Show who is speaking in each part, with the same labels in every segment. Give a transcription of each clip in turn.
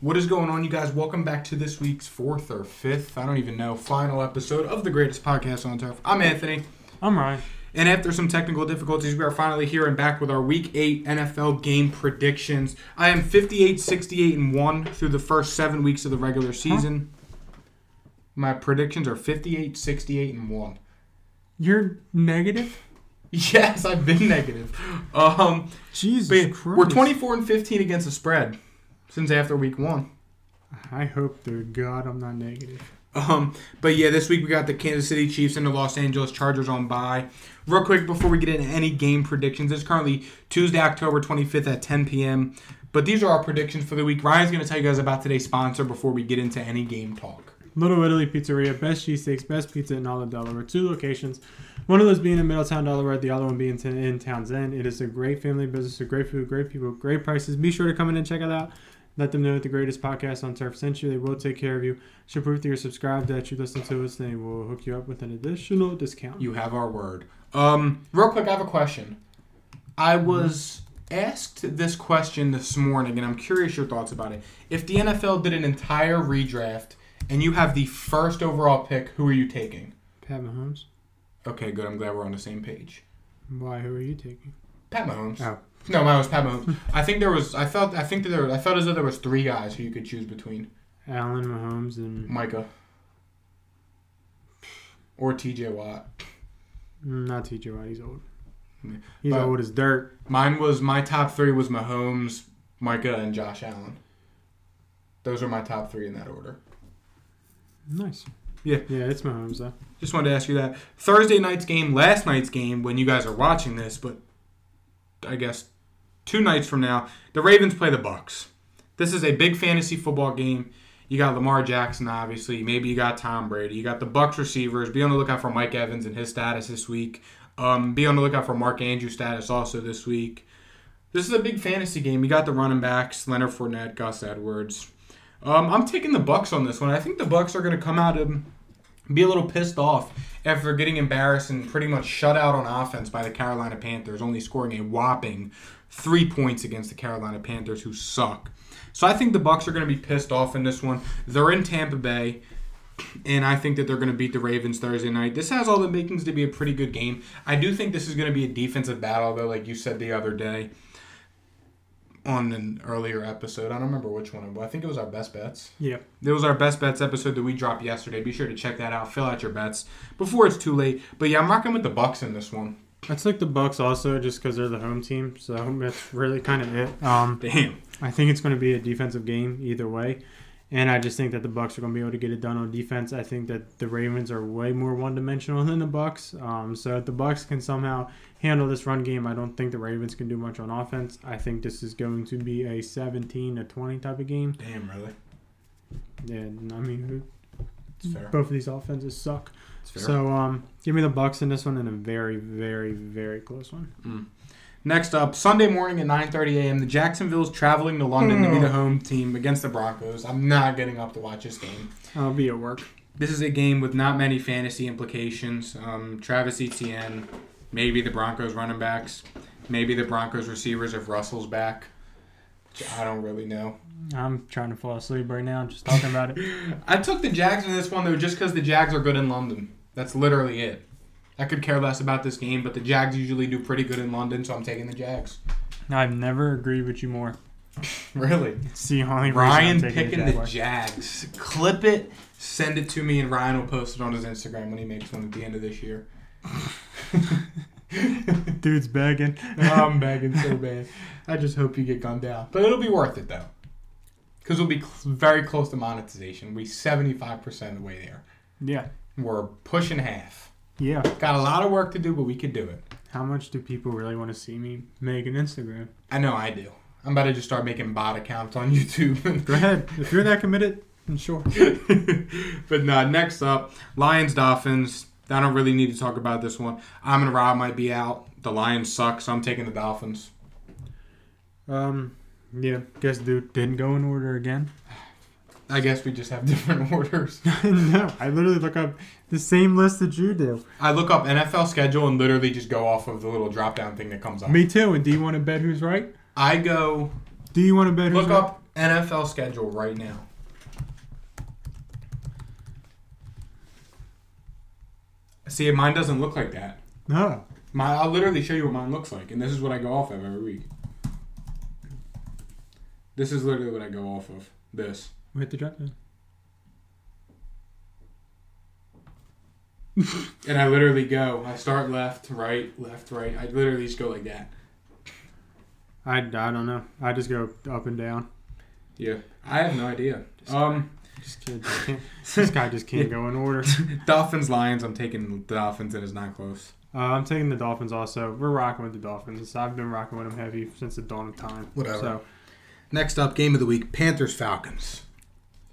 Speaker 1: What is going on, you guys? Welcome back to this week's fourth or fifth, I don't even know, final episode of the greatest podcast on turf. I'm Anthony,
Speaker 2: I'm Ryan.
Speaker 1: and after some technical difficulties, we are finally here and back with our Week 8 NFL game predictions. I am 58, 68, and 1 through the first seven weeks of the regular season. My predictions are 58, 68, and 1.
Speaker 2: You're negative?
Speaker 1: Yes, I've been negative. Um,
Speaker 2: Jesus
Speaker 1: but
Speaker 2: Christ.
Speaker 1: we're 24 and 15 against the spread since after week one.
Speaker 2: I hope to God I'm not negative.
Speaker 1: Um, but yeah, this week we got the Kansas City Chiefs and the Los Angeles Chargers on bye. Real quick before we get into any game predictions, it's currently Tuesday, October 25th at 10 p.m. But these are our predictions for the week. Ryan's going to tell you guys about today's sponsor before we get into any game talk.
Speaker 2: Little Italy Pizzeria, best cheesesteaks, best pizza in all of Delaware. Two locations, one of those being in Middletown, Delaware, the other one being t- in Townsend. It is a great family business, a great food, great people, great prices. Be sure to come in and check it out. Let them know that the greatest podcast on turf sent you. They will take care of you. Should prove that you're subscribed, that you listen to us, and they will hook you up with an additional discount.
Speaker 1: You have our word. Um, real quick, I have a question. I was asked this question this morning, and I'm curious your thoughts about it. If the NFL did an entire redraft and you have the first overall pick, who are you taking?
Speaker 2: Pat Mahomes,
Speaker 1: Okay, good. I'm glad we're on the same page.
Speaker 2: why? Who are you taking?
Speaker 1: Pat Mahomes.
Speaker 2: Oh.
Speaker 1: No, mine was Pat Mahomes. I think there was. I felt. I think that there. I felt as though there was three guys who you could choose between
Speaker 2: Allen Mahomes and
Speaker 1: Micah or T.J. Watt.
Speaker 2: Mm, Not TJ Watt. He's old.
Speaker 1: Yeah.
Speaker 2: He's
Speaker 1: But-
Speaker 2: old as dirt.
Speaker 1: Mine was my top three was Mahomes, Micah, and Josh Allen. Those are my top three in that order.
Speaker 2: Nice.
Speaker 1: Yeah.
Speaker 2: Yeah, it's Mahomes though.
Speaker 1: Just wanted to ask you that Thursday night's game, last night's game, when you guys are watching this, but I guess two nights from now, the Ravens play the Bucks. This is a big fantasy football game. You got Lamar Jackson, obviously. Maybe you got Tom Brady. You got the Bucks receivers. Be on the lookout for Mike Evans and his status this week. Um, be on the lookout for Mark Andrews' status also this week. This is a big fantasy game. You got the running backs: Leonard Fournette, Gus Edwards. Um, I'm taking the Bucks on this one. I think the Bucks are going to come out and be a little pissed off after getting embarrassed and pretty much shut out on offense by the Carolina Panthers, only scoring a whopping three points against the Carolina Panthers, who suck. So I think the Bucks are going to be pissed off in this one. They're in Tampa Bay, and I think that they're going to beat the Ravens Thursday night. This has all the makings to be a pretty good game. I do think this is going to be a defensive battle, though, like you said the other day on an earlier episode. I don't remember which one, but I think it was our best bets.
Speaker 2: Yeah.
Speaker 1: It was our best bets episode that we dropped yesterday. Be sure to check that out. Fill out your bets before it's too late. But yeah, I'm rocking with the Bucks in this one.
Speaker 2: I took the Bucks also just because they're the home team, so that's really kind of it. Um,
Speaker 1: Damn.
Speaker 2: I think it's going to be a defensive game either way, and I just think that the Bucks are going to be able to get it done on defense. I think that the Ravens are way more one-dimensional than the Bucks. Um, so if the Bucks can somehow handle this run game, I don't think the Ravens can do much on offense. I think this is going to be a 17 to 20 type of game.
Speaker 1: Damn, really?
Speaker 2: And I mean, who-
Speaker 1: It's fair.
Speaker 2: both of these offenses suck.
Speaker 1: It's fair.
Speaker 2: So um, give me the Bucks in this one and a very, very, very close one.
Speaker 1: Next up, Sunday morning at 9:30 a.m. The Jacksonville's traveling to London to be the home team against the Broncos. I'm not getting up to watch this game.
Speaker 2: I'll be at work.
Speaker 1: This is a game with not many fantasy implications. Um, Travis Etienne, maybe the Broncos running backs, maybe the Broncos receivers if Russell's back. Which I don't really know.
Speaker 2: I'm trying to fall asleep right now just talking about it.
Speaker 1: I took the Jags in this one though, just because the Jags are good in London. That's literally it. I could care less about this game, but the Jags usually do pretty good in London, so I'm taking the Jags.
Speaker 2: I've never agreed with you more.
Speaker 1: Really,
Speaker 2: It's the only reason I'm
Speaker 1: Ryan
Speaker 2: taking
Speaker 1: picking
Speaker 2: the,
Speaker 1: the,
Speaker 2: Jaguars.
Speaker 1: Jags. Clip it, send it to me, and Ryan will post it on his Instagram when he makes one at the end of this year.
Speaker 2: Dude's begging. Um,
Speaker 1: I'm begging so bad. I just hope you get gunned down, but it'll be worth it though, because we'll be cl- very close to monetization. We 75% of the way there.
Speaker 2: yeah.
Speaker 1: We're pushing half.
Speaker 2: Yeah.
Speaker 1: Got a lot of work to do, but we could do it.
Speaker 2: How much do people really want to see me make an Instagram?
Speaker 1: I know I do. I'm about to just start making bot accounts on YouTube.
Speaker 2: Go ahead. If you're that committed, then sure.
Speaker 1: but no, next up, Lions Dolphins. I don't really need to talk about this one. I'm and Rob might be out. The Lions suck, so I'm taking the Dolphins.
Speaker 2: Um, yeah. Guess dude didn't go in order again.
Speaker 1: I guess we just have different orders.
Speaker 2: no, I literally look up the same list that you do.
Speaker 1: I look up NFL schedule and literally just go off of the little drop down thing that comes up.
Speaker 2: Me too. And do you want to bet who's right?
Speaker 1: I go
Speaker 2: Do you want to bet who's
Speaker 1: look
Speaker 2: right?
Speaker 1: up NFL schedule right now. See, mine doesn't look like that.
Speaker 2: No.
Speaker 1: My, I'll literally show you what mine looks like, and this is what I go off of every week. This is literally what I go off of. This.
Speaker 2: We hit the drop down.
Speaker 1: And I literally go, I start left, right, left, right. I literally just go like that.
Speaker 2: I, I don't know. I just go up and down.
Speaker 1: Yeah. I have no idea. Um,
Speaker 2: Just kidding. I can't- this guy just can't go in order.
Speaker 1: Dolphins, Lions. I'm taking the Dolphins, and it's not close.
Speaker 2: Uh, I'm taking the Dolphins also. We're rocking with the Dolphins. I've been rocking with them heavy since the dawn of time.
Speaker 1: Whatever.
Speaker 2: So
Speaker 1: Next up, game of the week Panthers, Falcons.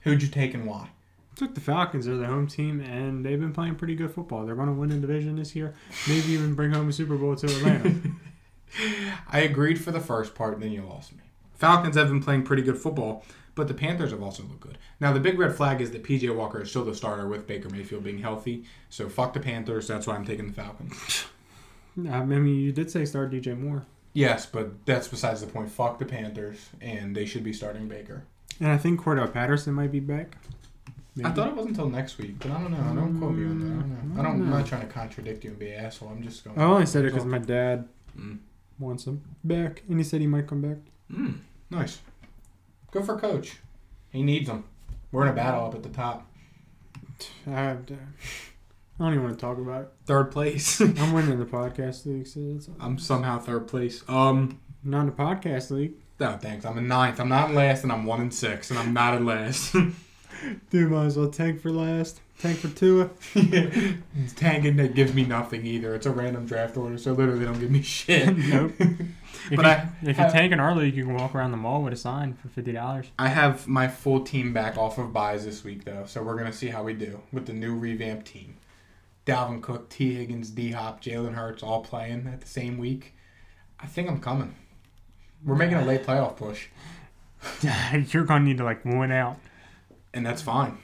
Speaker 1: Who'd you take and why?
Speaker 2: took the Falcons. They're the home team, and they've been playing pretty good football. They're going to win a division this year. Maybe even bring home a Super Bowl to Atlanta.
Speaker 1: I agreed for the first part, and then you lost me. Falcons have been playing pretty good football, but the Panthers have also looked good. Now, the big red flag is that PJ Walker is still the starter with Baker Mayfield being healthy, so fuck the Panthers. That's why I'm taking the Falcons.
Speaker 2: I mean, you did say start DJ Moore,
Speaker 1: Yes, but that's besides the point. Fuck the Panthers, and they should be starting Baker.
Speaker 2: and I think Cordell Patterson might be back. Maybe.
Speaker 1: I thought it was until next week, but I don't know. I don't quote me on that. I don't know. I don't, I'm
Speaker 2: No.
Speaker 1: not trying to contradict you and be an asshole. I'm just going.
Speaker 2: I only said it because my dad
Speaker 1: Mm.
Speaker 2: wants him back, and he said he might come back.
Speaker 1: Mm, nice. Good for coach. He needs them. We're in a battle up at the top.
Speaker 2: I, I don't even want to talk about it.
Speaker 1: Third place.
Speaker 2: I'm winning the podcast league, so it's
Speaker 1: I'm somehow third place. Um,
Speaker 2: not a podcast league.
Speaker 1: no thanks. I'm in ninth. I'm not in last, and I'm one in six, and I'm not in last.
Speaker 2: Dude, might as well tank for last. Tank for Tua.
Speaker 1: Tanking that gives me nothing either. It's a random draft order, so literally don't give me shit.
Speaker 2: Nope. If
Speaker 1: But
Speaker 2: you,
Speaker 1: I-
Speaker 2: if you tank in our league, you can walk around the mall with a sign for fifty dollars.
Speaker 1: I have my full team back off of buys this week, though, so we're gonna see how we do with the new revamped team. Dalvin Cook, T. Higgins, D. Hop, Jalen Hurts, all playing at the same week. I think I'm coming. We're making a late playoff push,
Speaker 2: You're gonna need to like win out.
Speaker 1: and that's fine.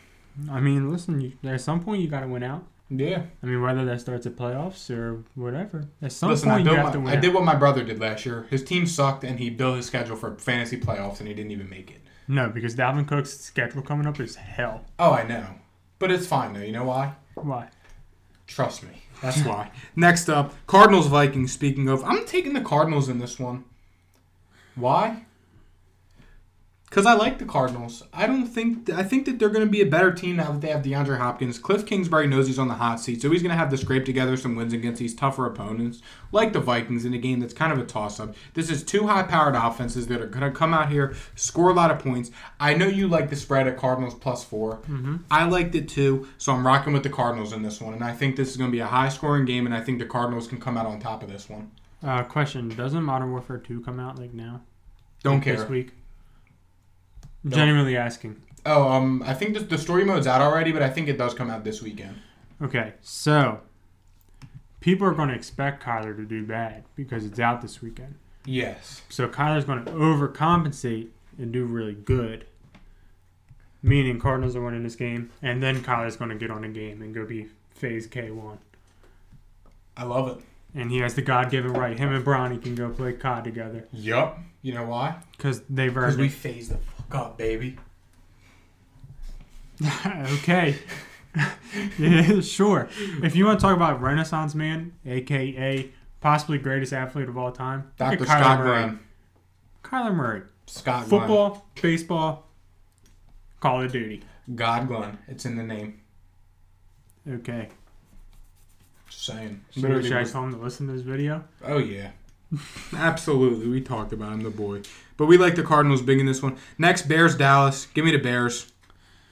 Speaker 2: I mean, listen, you, at some point you gotta win out.
Speaker 1: Yeah.
Speaker 2: I mean, whether that starts at playoffs or whatever, at some
Speaker 1: Listen, I,
Speaker 2: point you
Speaker 1: built
Speaker 2: have
Speaker 1: my-
Speaker 2: to win.
Speaker 1: I
Speaker 2: out.
Speaker 1: did what my brother did last year. His team sucked, and he built his schedule for fantasy playoffs, and he didn't even make it.
Speaker 2: No, because Dalvin Cook's schedule coming up is hell.
Speaker 1: Oh, I know. But it's fine, though. You know why?
Speaker 2: Why?
Speaker 1: Trust me. That's why. Next up, Cardinals Vikings. Speaking of, I'm taking the Cardinals in this one. Why? Because I like the Cardinals. I don't think I think that they're going to be a better team now that they have DeAndre Hopkins. Cliff Kingsbury knows he's on the hot seat, so he's going to have to scrape together some wins against these tougher opponents, like the Vikings, in a game that's kind of a toss-up. This is two high-powered offenses that are going to come out here, score a lot of points. I know you like the spread at Cardinals plus four. I liked it too, so I'm rocking with the Cardinals in this one, and I think this is going to be a high-scoring game, and I think the Cardinals can come out on top of this one.
Speaker 2: Uh, question: Doesn't Modern Warfare Two come out like now?
Speaker 1: Don't
Speaker 2: Like,
Speaker 1: care.
Speaker 2: This week.
Speaker 1: Don't-
Speaker 2: Genuinely asking.
Speaker 1: Oh, um, I think the, the story mode's out already, but I think it does come out this weekend.
Speaker 2: Okay, so people are going to expect Kyler to do bad because it's out this weekend.
Speaker 1: Yes.
Speaker 2: So Kyler's going to overcompensate and do really good. Meaning Cardinals are winning this game, and then Kyler's going to get on a game and go be phase K1.
Speaker 1: I love it.
Speaker 2: And he has the God given right. Him and Bronny can go play COD together
Speaker 1: Yup. You know why?
Speaker 2: because they've
Speaker 1: Because
Speaker 2: earned
Speaker 1: we
Speaker 2: it.
Speaker 1: phase the fuck up, baby.
Speaker 2: okay. yeah, sure. If you want to talk about Renaissance Man, aka possibly greatest athlete of all time, look at
Speaker 1: Dr. Scott
Speaker 2: Murray.
Speaker 1: Graham.
Speaker 2: Kyler Murray.
Speaker 1: Scott Football.
Speaker 2: Football, baseball, Call of Duty.
Speaker 1: God Glenn. It's in the name.
Speaker 2: Okay.
Speaker 1: Just saying.
Speaker 2: Should, should I tell him to listen to this video?
Speaker 1: Oh yeah. Absolutely. We talked about him, the boy. But we like the Cardinals big in this one. Next, Bears Dallas. Give me the Bears.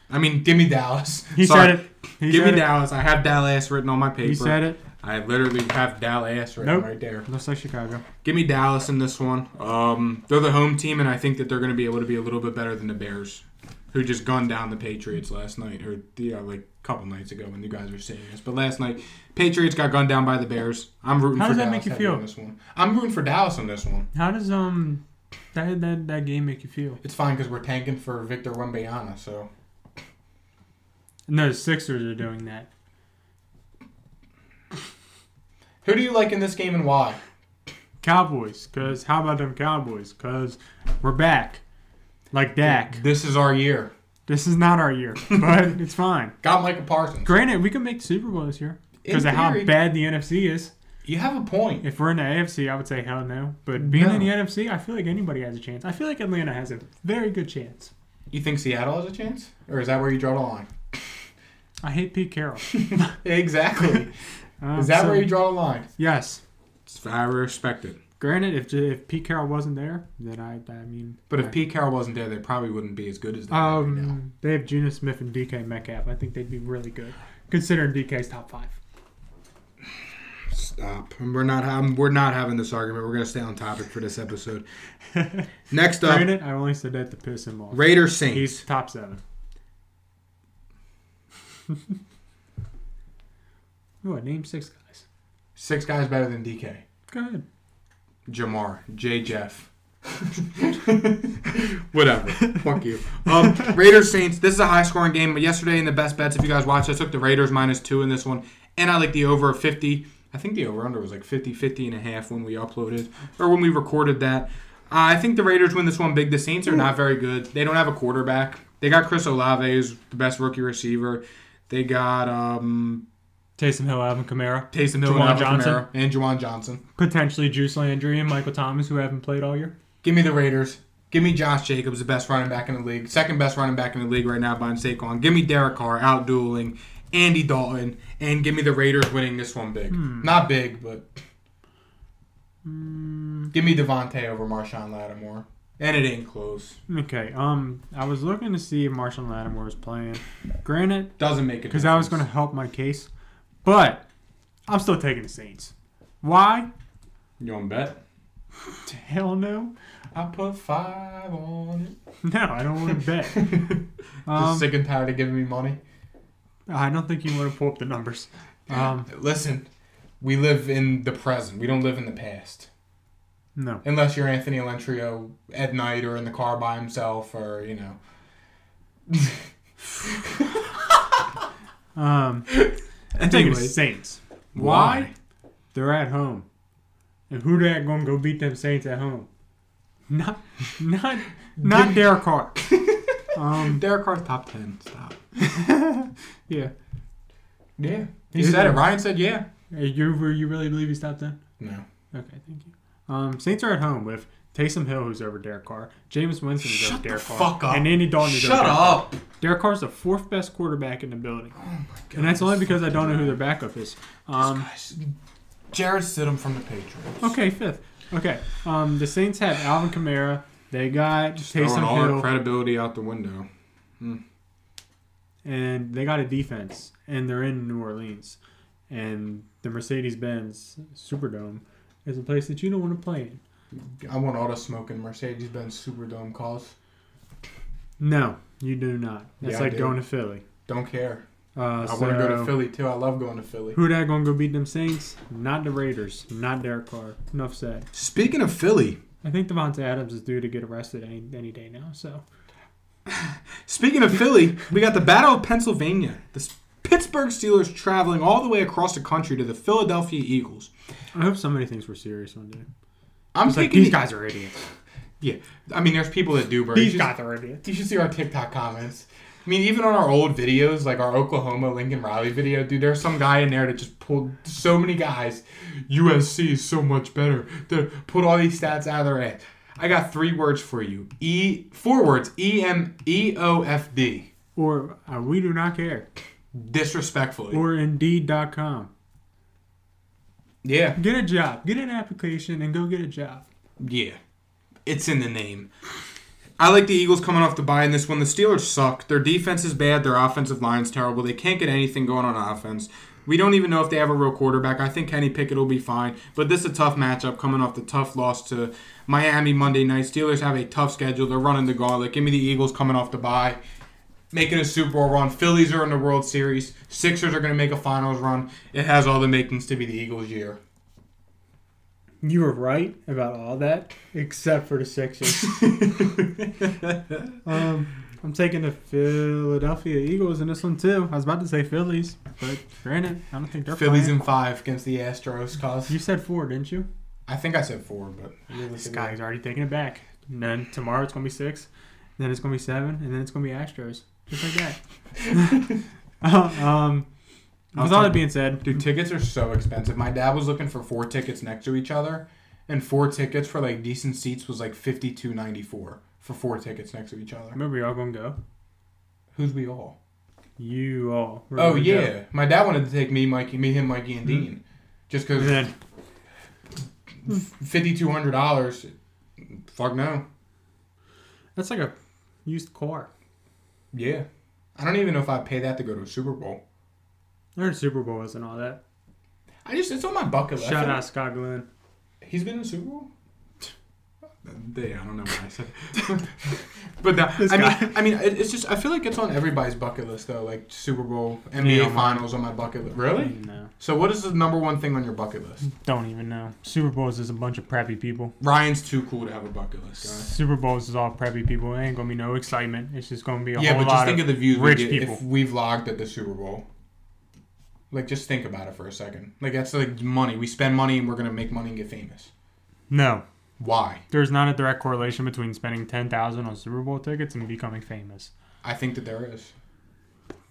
Speaker 1: I mean, give me Dallas.
Speaker 2: He
Speaker 1: Sorry.
Speaker 2: said it. He
Speaker 1: give me
Speaker 2: said it.
Speaker 1: Dallas. I have Dallas written on my paper.
Speaker 2: He said it.
Speaker 1: I literally have Dallas written
Speaker 2: Nope.
Speaker 1: right there.
Speaker 2: Looks like Chicago.
Speaker 1: Give me Dallas in this one. Um, they're the home team, and I think that they're going to be able to be a little bit better than the Bears, who just gunned down the Patriots last night, or yeah, like a couple nights ago when you guys were seeing this. But last night, Patriots got gunned down by the Bears. I'm rooting
Speaker 2: How
Speaker 1: for
Speaker 2: does that
Speaker 1: Dallas
Speaker 2: make you
Speaker 1: heavy
Speaker 2: feel?
Speaker 1: on this one. I'm rooting for Dallas on this one.
Speaker 2: How does um that that, that game make you feel?
Speaker 1: It's fine because we're tanking for Victor Wembanyama, so
Speaker 2: No, the Sixers are doing that.
Speaker 1: who do you like in this game and why?
Speaker 2: Cowboys, cause how about them Cowboys? Cause we're back. Like Dak.
Speaker 1: This is our year.
Speaker 2: This is not our year, but it's fine.
Speaker 1: Got Michael Parsons.
Speaker 2: Granted, we could make the Super Bowl this year
Speaker 1: In
Speaker 2: because of how
Speaker 1: theory.
Speaker 2: bad the NFC is.
Speaker 1: You have a point.
Speaker 2: If we're in the AFC, I would say hell no. But being
Speaker 1: No.
Speaker 2: in the NFC, I feel like anybody has a chance. I feel like Atlanta has a very good chance.
Speaker 1: You think Seattle has a chance, or is that where you draw the line?
Speaker 2: I hate Pete Carroll.
Speaker 1: Exactly.
Speaker 2: Um,
Speaker 1: Is that
Speaker 2: so-
Speaker 1: where you draw the line?
Speaker 2: Yes.
Speaker 1: I respect it.
Speaker 2: Granted, if if Pete Carroll wasn't there, then I I mean.
Speaker 1: But
Speaker 2: I-
Speaker 1: if Pete Carroll wasn't there, they probably wouldn't be as good as they are right now.
Speaker 2: um, they have Juno Smith and DK Metcalf. I think they'd be really good considering DK's top five.
Speaker 1: Stop. We're not. having we're not having this argument. We're gonna stay on topic for this episode. Next up,
Speaker 2: Granted, I only said that to piss him off.
Speaker 1: Raiders Saints.
Speaker 2: He's top seven. What? Name six guys.
Speaker 1: Six guys better than DK.
Speaker 2: Go ahead.
Speaker 1: Jamar, J. Jeff. Whatever. Fuck you. Um, Raiders Saints. This is a high scoring game. But yesterday in the best bets, if you guys watched, I took the Raiders minus two in this one, and I like the over of 50. I think the over under was like 50, 50 and a half when we uploaded or when we recorded that. Uh, I think the Raiders win this one big. The Saints are not very good. They don't have a quarterback. They got Chris Olave, who's the best rookie receiver. They got um,
Speaker 2: Taysom Hill, Alvin Kamara,
Speaker 1: Taysom Hill, and,
Speaker 2: Juwan
Speaker 1: Alvin
Speaker 2: Johnson.
Speaker 1: Kamara, and Juwan Johnson.
Speaker 2: potentially Juice Landry and Michael Thomas, who haven't played all year.
Speaker 1: Give me the Raiders. Give me Josh Jacobs, the best running back in the league, second best running back in the league right now behind Saquon. Give me Derek Carr out dueling Andy Dalton, and give me the Raiders winning this one big.
Speaker 2: Hmm.
Speaker 1: Not big, but
Speaker 2: Mm,
Speaker 1: give me Devontae over Marshawn Lattimore, and it ain't close.
Speaker 2: okay. Um, I was looking to see if Marshall Lattimore was playing. Granted,
Speaker 1: Doesn't make it
Speaker 2: because that was going to help my case, but I'm still taking the Saints. Why?
Speaker 1: You want to bet?
Speaker 2: Hell no.
Speaker 1: I put five on it.
Speaker 2: No, I don't want to bet.
Speaker 1: Just
Speaker 2: Um,
Speaker 1: sick and tired of giving me money.
Speaker 2: I don't think you want to pull up the numbers. Um,
Speaker 1: Listen, we live in the present. We don't live in the past.
Speaker 2: no.
Speaker 1: Unless you're Anthony Elentrio at night or in the car by himself or, you know.
Speaker 2: Um, I'm taking the
Speaker 1: Anyways.
Speaker 2: Saints.
Speaker 1: Why?
Speaker 2: They're at home, and who that gonna go beat them Saints at home? Not, not, not Derek Carr. um,
Speaker 1: Derek Carr's top 10. Stop.
Speaker 2: yeah.
Speaker 1: Yeah. He
Speaker 2: Is
Speaker 1: said it.
Speaker 2: it?
Speaker 1: Ryan said, yeah.
Speaker 2: Hey, you you really believe he stopped then?
Speaker 1: No.
Speaker 2: Okay, thank you. Um, Saints are at home with Taysom Hill, who's over Derek Carr, Jameis Winston is
Speaker 1: Shut
Speaker 2: over
Speaker 1: the
Speaker 2: Derek Carr,
Speaker 1: fuck up.
Speaker 2: and Andy Dalton is over
Speaker 1: Shut
Speaker 2: Derek Carr.
Speaker 1: up.
Speaker 2: Derek Carr's the fourth best quarterback in the building,
Speaker 1: Oh my God.
Speaker 2: and that's only because I don't know who their backup is. Um,
Speaker 1: Guys, Jared Stidham from the Patriots.
Speaker 2: Okay, fifth. Okay. Um, the Saints have Alvin Kamara. They got Taysom Hill,
Speaker 1: credibility out the window.
Speaker 2: and they got a defense, and they're in New Orleans, and the Mercedes-Benz Superdome is a place that you don't want to play in.
Speaker 1: I want all the smoke in Mercedes Benz Superdome calls.
Speaker 2: No, you do not. That's
Speaker 1: Yeah, I
Speaker 2: like
Speaker 1: do.
Speaker 2: going to Philly.
Speaker 1: Don't care.
Speaker 2: Uh,
Speaker 1: I
Speaker 2: so,
Speaker 1: want to go to Philly too. I love going to Philly.
Speaker 2: Who that gonna go beat them Saints? Not the Raiders. Not Derek Carr. Enough said.
Speaker 1: Speaking of Philly,
Speaker 2: I think Devonta Adams is due to get arrested any, any day now. So
Speaker 1: Speaking of Philly, we got the Battle of Pennsylvania. The S- Pittsburgh Steelers traveling all the way across the country to the Philadelphia Eagles.
Speaker 2: I hope somebody thinks we're serious one day.
Speaker 1: I'm
Speaker 2: It's like
Speaker 1: taking
Speaker 2: these
Speaker 1: the-
Speaker 2: guys are idiots.
Speaker 1: Yeah, I mean, there's people that do. Bro.
Speaker 2: These
Speaker 1: you, should,
Speaker 2: guys are idiots.
Speaker 1: you should see our TikTok comments. I mean, even on our old videos, like our Oklahoma Lincoln Riley video, dude, there's some guy in there that just pulled so many guys. USC is so much better. To put all these stats out of their ass. I got three words for you. E four words. E M E O F D.
Speaker 2: or uh, we do not care
Speaker 1: Disrespectfully.
Speaker 2: or indeed.com
Speaker 1: yeah.
Speaker 2: get a job get an application and go get a job
Speaker 1: Yeah. It's in the name. I like the Eagles coming off the bye in this one. The Steelers suck. Their defense is bad. Their offensive line's terrible. They can't get anything going on offense. We don't even know if they have a real quarterback. I think Kenny Pickett will be fine. But this is a tough matchup coming off the tough loss to Miami Monday night. Steelers have a tough schedule. They're running the gauntlet. Give me the Eagles coming off the bye. Making a Super Bowl run. Phillies are in the World Series. Sixers are going to make a finals run. It has all the makings to be the Eagles' year.
Speaker 2: you were right about all that except for the sixers um, i'm taking the philadelphia eagles in this one too i was about to say phillies but granted i don't think they're
Speaker 1: Phillies
Speaker 2: playing.
Speaker 1: in five against the Astros, cause
Speaker 2: you said four didn't you
Speaker 1: I think I said four, but
Speaker 2: this guy's already taking it back and then tomorrow it's gonna be six Then it's gonna be seven, and then it's gonna be Astros, just like that. um, with all that being said,
Speaker 1: Dude, tickets are so expensive. My dad was looking for four tickets next to each other, and four tickets for like decent seats was like fifty two ninety four for four tickets next to each other.
Speaker 2: remember y'all gonna go.
Speaker 1: Who's we all?
Speaker 2: You all. were
Speaker 1: Oh
Speaker 2: gonna go.
Speaker 1: yeah, my dad wanted to take me, Mikey, me, him, Mikey, and Dean, just
Speaker 2: And
Speaker 1: because
Speaker 2: then
Speaker 1: fifty two hundred dollars. Fuck no.
Speaker 2: that's like a used car.
Speaker 1: Yeah, I don't even know if I'd pay that to go to a Super Bowl.
Speaker 2: Their Super Bowl was and all that.
Speaker 1: I just it's on my bucket list. I
Speaker 2: Shout
Speaker 1: feel-
Speaker 2: out Scott Glenn.
Speaker 1: He's been in the Super Bowl. They, I don't know what I said, but no,
Speaker 2: This
Speaker 1: I
Speaker 2: guy.
Speaker 1: mean, I mean, it, it's just I feel like it's on everybody's bucket list though, like Super Bowl, NBA
Speaker 2: Yeah.
Speaker 1: Finals on my bucket list. Really?
Speaker 2: No,
Speaker 1: So what is the number one thing on your bucket list?
Speaker 2: don't even know. Super Bowls is a bunch of preppy people.
Speaker 1: Ryan's too cool to have a bucket list, guys.
Speaker 2: Super Bowls is all preppy people. It ain't gonna be no excitement. It's just gonna be a
Speaker 1: yeah,
Speaker 2: whole
Speaker 1: but just
Speaker 2: lot
Speaker 1: think
Speaker 2: of
Speaker 1: of the views
Speaker 2: rich
Speaker 1: we get
Speaker 2: people.
Speaker 1: if we vlogged at the Super Bowl. Like, just think about it for a second. Like, that's like money. We spend money and we're gonna make money and get famous.
Speaker 2: no.
Speaker 1: Why?
Speaker 2: There's not a direct correlation between spending ten thousand on Super Bowl tickets and becoming famous.
Speaker 1: I think that there is.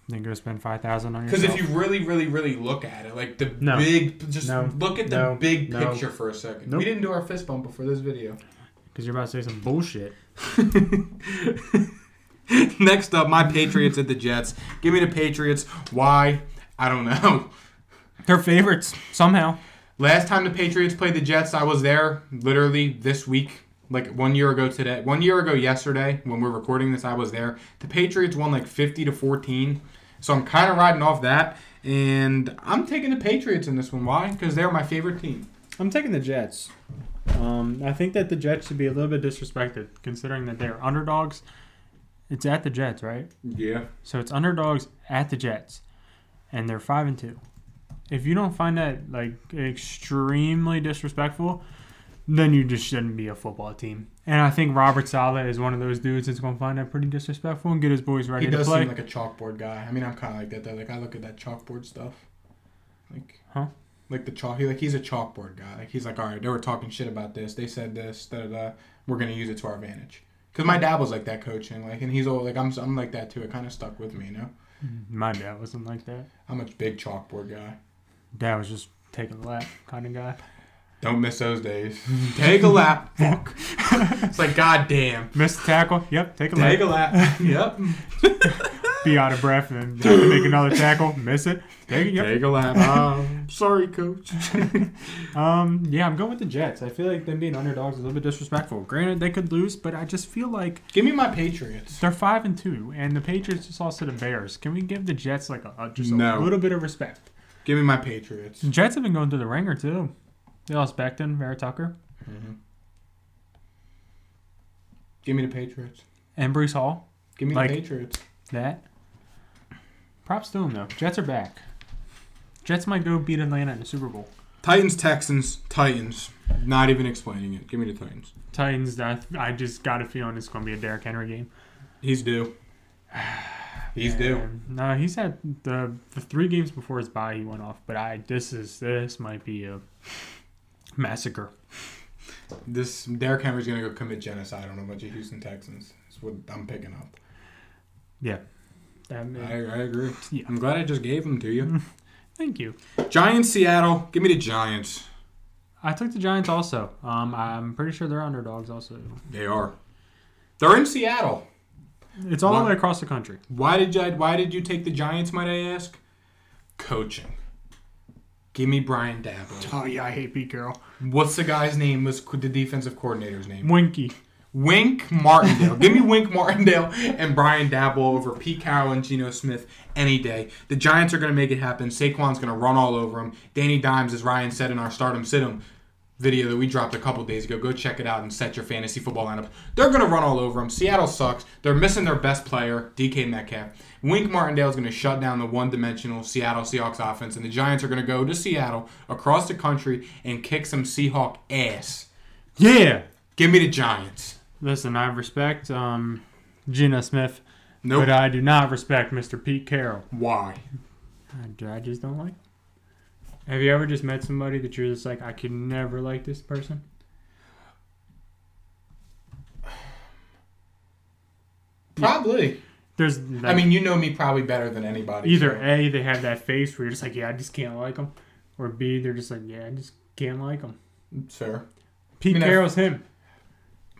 Speaker 2: Then go spend five thousand on yourself.
Speaker 1: Because if you really, really, really look at it, like the
Speaker 2: No.
Speaker 1: big, just
Speaker 2: No.
Speaker 1: look at the
Speaker 2: No.
Speaker 1: big
Speaker 2: No.
Speaker 1: picture for a second.
Speaker 2: Nope.
Speaker 1: We didn't do our fist bump before this video.
Speaker 2: because you're about to say some bullshit.
Speaker 1: Next up, my Patriots at the Jets. Give me the Patriots. Why? I don't know.
Speaker 2: They're favorites somehow.
Speaker 1: Last time the Patriots played the Jets, I was there literally this week, like one year ago today. One year ago yesterday, when we're recording this, I was there. The Patriots won like 50 to 14. So I'm kind of riding off that. And I'm taking the Patriots in this one. Why? Because they're my favorite team.
Speaker 2: I'm taking the Jets. Um, I think that the Jets should be a little bit disrespected considering that they're underdogs. It's at the Jets, right?
Speaker 1: Yeah.
Speaker 2: So it's underdogs at the Jets, and they're five and two. If you don't find that like extremely disrespectful, then you just shouldn't be a football team. And I think Robert Sala is one of those dudes that's gonna find that pretty disrespectful and get his boys ready
Speaker 1: He
Speaker 2: to
Speaker 1: does
Speaker 2: play.
Speaker 1: seem like a chalkboard guy. I mean, I'm kind of like that though. Like I look at that chalkboard stuff, like
Speaker 2: Huh?
Speaker 1: Like the chalk. He, like he's a chalkboard guy. Like he's like, all right, they were talking shit about this. They said this. Da da da. We're gonna use it to our advantage. Cause my dad was like that coaching. Like, and he's all like, I'm I'm like that too. It kind of stuck with me. You know,
Speaker 2: My dad wasn't like that.
Speaker 1: I'm a big chalkboard guy.
Speaker 2: Dad was just taking a lap kind of guy.
Speaker 1: Don't miss those days. Take a lap. Fuck. it's like, goddamn.
Speaker 2: Missed the tackle. Yep, take a lap.
Speaker 1: Take a lap. yep.
Speaker 2: Be out of breath and have to make another tackle. Miss it. Take it. Yep.
Speaker 1: Take a lap. Um, sorry, coach.
Speaker 2: Um, yeah, I'm going with the Jets. I feel like them being underdogs is a little bit disrespectful. Granted, they could lose, but I just feel like
Speaker 1: Give me my Patriots.
Speaker 2: they're five and two, and the Patriots just lost to the Bears. Can we give the Jets like a, a- just a
Speaker 1: No.
Speaker 2: little bit of respect?
Speaker 1: Give me my Patriots.
Speaker 2: The Jets have been going through the ringer too. They lost Becton, Vera Tucker,
Speaker 1: Mm-hmm. Give me the Patriots.
Speaker 2: and Brees Hall.
Speaker 1: Give me
Speaker 2: Like-
Speaker 1: the Patriots.
Speaker 2: That. Props to them though. Jets are back. Jets might go beat Atlanta in the Super Bowl.
Speaker 1: Titans, Texans, Titans. Not even explaining it. Give me the Titans.
Speaker 2: Titans. I, I just got a feeling it's going to be a Derrick Henry game.
Speaker 1: He's due. He's due.
Speaker 2: And, No, he's had the the three games before his bye he went off, but I this is this might be a massacre.
Speaker 1: This Derrick Henry's gonna go commit genocide on a bunch of Houston Texans. That's what I'm picking up.
Speaker 2: Yeah. That may-
Speaker 1: I, I agree.
Speaker 2: Yeah. Mm-hmm.
Speaker 1: I'm glad I just gave them to you.
Speaker 2: Thank you.
Speaker 1: Giants, Seattle. Give me the Giants.
Speaker 2: I took the Giants also. Um, I'm pretty sure they're underdogs also.
Speaker 1: They are. They're in Seattle.
Speaker 2: It's all the
Speaker 1: Why-
Speaker 2: way across the country.
Speaker 1: Why did you Why did you take the Giants? Might I ask? Coaching. Give me Brian Dabble.
Speaker 2: Oh yeah, I hate Pete Carroll.
Speaker 1: What's the guy's name? Was the defensive coordinator's name?
Speaker 2: Winky.
Speaker 1: Wink Martindale. Give me Wink Martindale and Brian Dabble over Pete Carroll and Geno Smith any day. The Giants are going to make it happen. Saquon's going to run all over him. Danny Dimes, as Ryan said in our Stardom Sit 'em video that we dropped a couple days ago, go check it out and set your fantasy football lineup. They're going to run all over him. Seattle sucks. They're missing their best player, DK Metcalf. Wink Martindale is going to shut down the one dimensional Seattle Seahawks offense, and the Giants are going to go to Seattle across the country and kick some Seahawk ass.
Speaker 2: Yeah.
Speaker 1: Give me the Giants.
Speaker 2: Listen, I respect um, Gina Smith,
Speaker 1: Nope.
Speaker 2: but I do not respect Mr. Pete Carroll.
Speaker 1: Why?
Speaker 2: I, I just don't like. him. Have you ever just met somebody that you're just like, I could never like this person?
Speaker 1: Probably.
Speaker 2: There's like,
Speaker 1: I mean, you know me probably better than anybody.
Speaker 2: either
Speaker 1: so.
Speaker 2: A, they have that face where you're just like, yeah, I just can't like them, or B, they're just like, yeah, I just can't like them.
Speaker 1: Sure.
Speaker 2: Pete
Speaker 1: I mean, I-
Speaker 2: Carroll's him.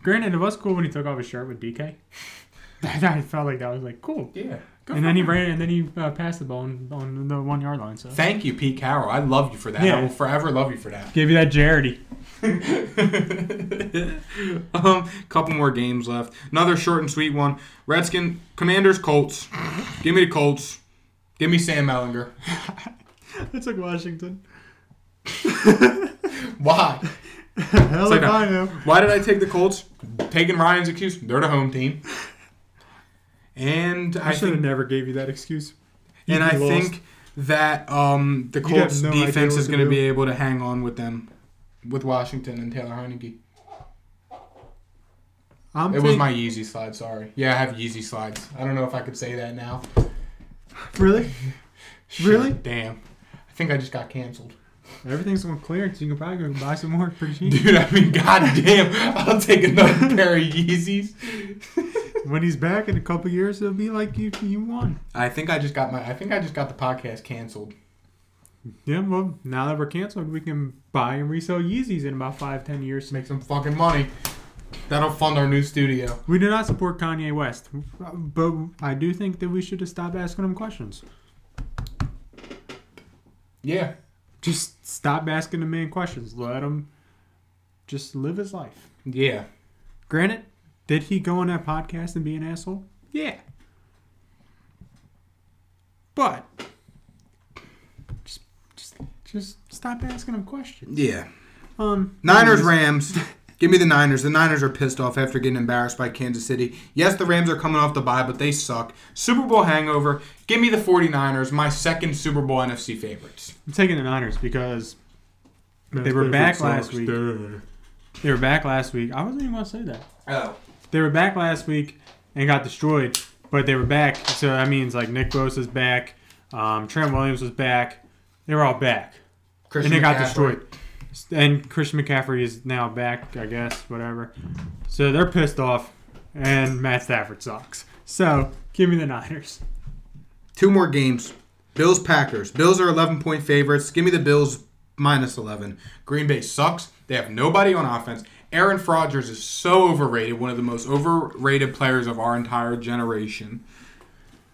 Speaker 2: Granted, it was cool when he took off his shirt with DK. I felt like that was like cool.
Speaker 1: Yeah. Go
Speaker 2: and
Speaker 1: for
Speaker 2: then he
Speaker 1: it.
Speaker 2: ran, and then he uh, passed the ball on, on the one yard line. So
Speaker 1: Thank you, Pete Carroll. I love you for that.
Speaker 2: Yeah.
Speaker 1: I will forever love you for that.
Speaker 2: give you that charity.
Speaker 1: um, couple more games left. Another short and sweet one. Redskin, Commanders, Colts. Give me the Colts. Give me Sam Ellinger.
Speaker 2: It's like Washington.
Speaker 1: Why?
Speaker 2: Hell
Speaker 1: It's like
Speaker 2: if
Speaker 1: a-
Speaker 2: I know.
Speaker 1: Why did I take the Colts? Taking Ryan's excuse. They're the home team. And I,
Speaker 2: I should have
Speaker 1: think,
Speaker 2: never gave you that excuse.
Speaker 1: and I
Speaker 2: You lost.
Speaker 1: think that um, the
Speaker 2: have
Speaker 1: Colts
Speaker 2: no idea
Speaker 1: defense
Speaker 2: what
Speaker 1: is
Speaker 2: to
Speaker 1: going to
Speaker 2: do.
Speaker 1: be able to hang on with them, with Washington and Taylor Heineke.
Speaker 2: I'm
Speaker 1: It was
Speaker 2: think-
Speaker 1: my Yeezy slide. Sorry. Yeah, I have Yeezy slides. I don't know if I could say that now.
Speaker 2: really.
Speaker 1: Shit,
Speaker 2: Really?
Speaker 1: Damn. I think I just got canceled.
Speaker 2: Everything's on clearance. You can probably go buy some more pretty cheap.
Speaker 1: Dude, I mean, goddamn. I'll take another pair of Yeezys.
Speaker 2: when he's back in a couple years, it'll be like you you won.
Speaker 1: I think I just got my. I think I just got the podcast canceled.
Speaker 2: Yeah, well, now that we're canceled, we can buy and resell Yeezys in about five ten years.
Speaker 1: Make some fucking money. That'll fund our new studio.
Speaker 2: We do not support Kanye West, but I do think that we should have stopped asking him questions.
Speaker 1: Yeah.
Speaker 2: Just stop asking the man questions. Let him just live his life.
Speaker 1: Yeah.
Speaker 2: Granted, did he go on that podcast and be an asshole? Yeah. But just just just stop asking him questions.
Speaker 1: Yeah.
Speaker 2: Um
Speaker 1: Niners,
Speaker 2: anyways,
Speaker 1: Rams. Give me the Niners. The Niners are pissed off after getting embarrassed by Kansas City. Yes, the Rams are coming off the bye, but they suck. Super Bowl hangover. Give me the 49ers, my second Super Bowl NFC favorites.
Speaker 2: I'm taking the Niners because they were back last week. They were back last week. I wasn't even gonna say that.
Speaker 1: Oh.
Speaker 2: They were back last week and got destroyed, but they were back. So that means like Nick Bosa's back, um, Trent Williams was back. They were all back.
Speaker 1: Christian
Speaker 2: and they got
Speaker 1: McCaffrey.
Speaker 2: destroyed. And Christian McCaffrey is now back, I guess, whatever. So they're pissed off, and Matt Stafford sucks. So give me the Niners.
Speaker 1: Two more games. Bills Packers. Bills are 11 point favorites. Give me the Bills minus 11. Green Bay sucks. They have nobody on offense. Aaron Rodgers is so overrated, one of the most overrated players of our entire generation.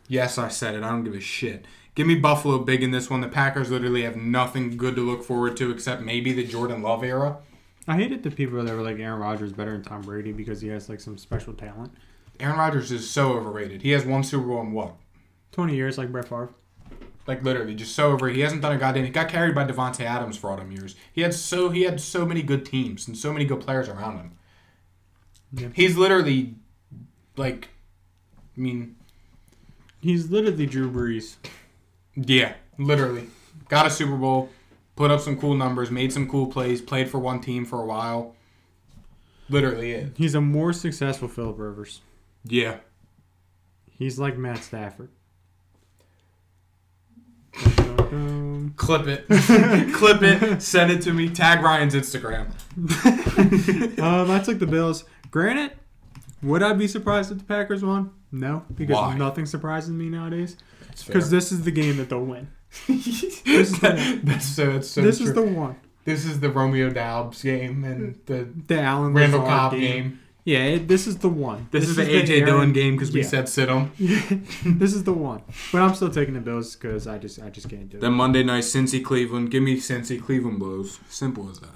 Speaker 1: Yes, I said it. I don't give a shit. Give me Buffalo big in this one. The Packers literally have nothing good to look forward to except maybe the Jordan Love era.
Speaker 2: I hated the people that were like Aaron Rodgers is better than Tom Brady because he has like some special talent.
Speaker 1: Aaron Rodgers is so overrated. He has one Super Bowl and what?
Speaker 2: Twenty years like Brett Favre.
Speaker 1: Like literally, just so over. He hasn't done a goddamn. He got carried by Devonte Adams for all them years. He had so he had so many good teams and so many good players around him.
Speaker 2: Yeah.
Speaker 1: He's literally like, I mean,
Speaker 2: He's literally Drew Brees.
Speaker 1: yeah, literally got a Super Bowl, put up some cool numbers, made some cool plays, played for one team for a while. Literally it.
Speaker 2: He's a more successful Philip Rivers.
Speaker 1: Yeah.
Speaker 2: He's like Matt Stafford.
Speaker 1: Clip it. Clip it. Send it to me. Tag Ryan's Instagram.
Speaker 2: um, I took the Bills. Granted, would I be surprised if the Packers won? No, because
Speaker 1: Why?
Speaker 2: nothing surprises me nowadays.
Speaker 1: That's fair.
Speaker 2: Because this is the game that they'll win. is the-
Speaker 1: that's so. That's so
Speaker 2: this
Speaker 1: true.
Speaker 2: is the one.
Speaker 1: This is the Romeo Dobbs game and the
Speaker 2: The Allen
Speaker 1: Randall
Speaker 2: Lazard
Speaker 1: Cobb game.
Speaker 2: Yeah, it, this is the one.
Speaker 1: This, is, the AJ
Speaker 2: Aaron-
Speaker 1: Dillon game because we
Speaker 2: Yeah.
Speaker 1: said sit him.
Speaker 2: this is the one. But I'm still taking the Bills because I just I just can't do it.
Speaker 1: Then Monday night, Cincy Cleveland. Give me Cincy Cleveland blows. Simple as that.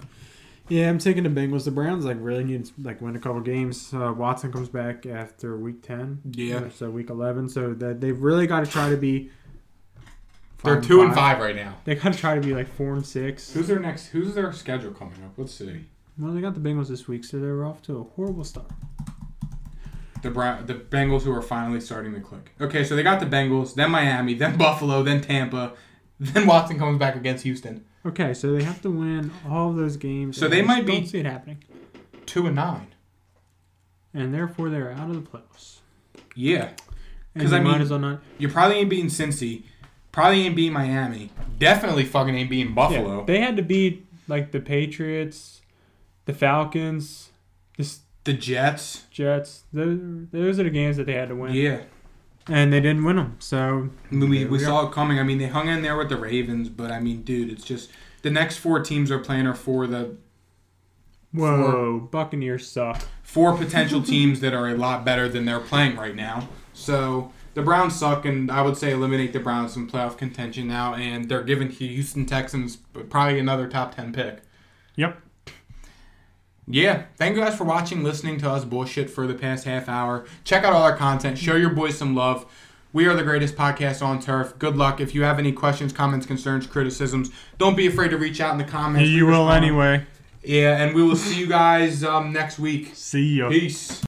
Speaker 2: Yeah, I'm taking the Bengals. The Browns like really need to like win a couple games. Uh, Watson comes back after week ten.
Speaker 1: Yeah.
Speaker 2: so week eleven. So that they've really got to try to be.
Speaker 1: They're two and five right now.
Speaker 2: They got to try to be like four and six.
Speaker 1: Who's their next? Who's their schedule coming up? Let's see.
Speaker 2: Well, they got the Bengals this week, so they're off to a horrible start.
Speaker 1: The Brown, the Bengals who are finally starting to click. Okay, so they got the Bengals, then Miami, then Buffalo, then Tampa, then Watson comes back against Houston.
Speaker 2: Okay, so they have to win all of those games.
Speaker 1: So
Speaker 2: and
Speaker 1: they
Speaker 2: I just
Speaker 1: might be-
Speaker 2: don't see it happening,
Speaker 1: Two and nine.
Speaker 2: and therefore they're out of the playoffs.
Speaker 1: Yeah,
Speaker 2: And
Speaker 1: 'Cause I
Speaker 2: you might
Speaker 1: mean-
Speaker 2: as well not.
Speaker 1: you probably ain't beating Cincy, probably ain't beating Miami, definitely fucking ain't beating Buffalo.
Speaker 2: Yeah, they had to beat like the Patriots, the Falcons, this
Speaker 1: The Jets.
Speaker 2: Jets. Those, those are the games that they had to win,
Speaker 1: Yeah.
Speaker 2: and they didn't win them. So
Speaker 1: I mean, we,
Speaker 2: There
Speaker 1: we
Speaker 2: we
Speaker 1: saw it coming. I mean, they hung in there with the Ravens, but I mean, dude, it's just the next four teams are playing are for the
Speaker 2: whoa, Buccaneers suck.
Speaker 1: four potential teams that are a lot better than they're playing right now. So the Browns suck, and I would say eliminate the Browns from playoff contention now, and they're giving Houston Texans probably another top ten pick.
Speaker 2: Yep.
Speaker 1: Yeah, thank you guys for watching, listening to us bullshit for the past half hour. Check out all our content. Show your boys some love. We are the greatest podcast on turf. Good luck. If you have any questions, comments, concerns, criticisms, don't be afraid to reach out in the comments.
Speaker 2: You
Speaker 1: We
Speaker 2: will
Speaker 1: respond.
Speaker 2: anyway.
Speaker 1: Yeah, and we will see you guys um, next week.
Speaker 2: See ya.
Speaker 1: Peace.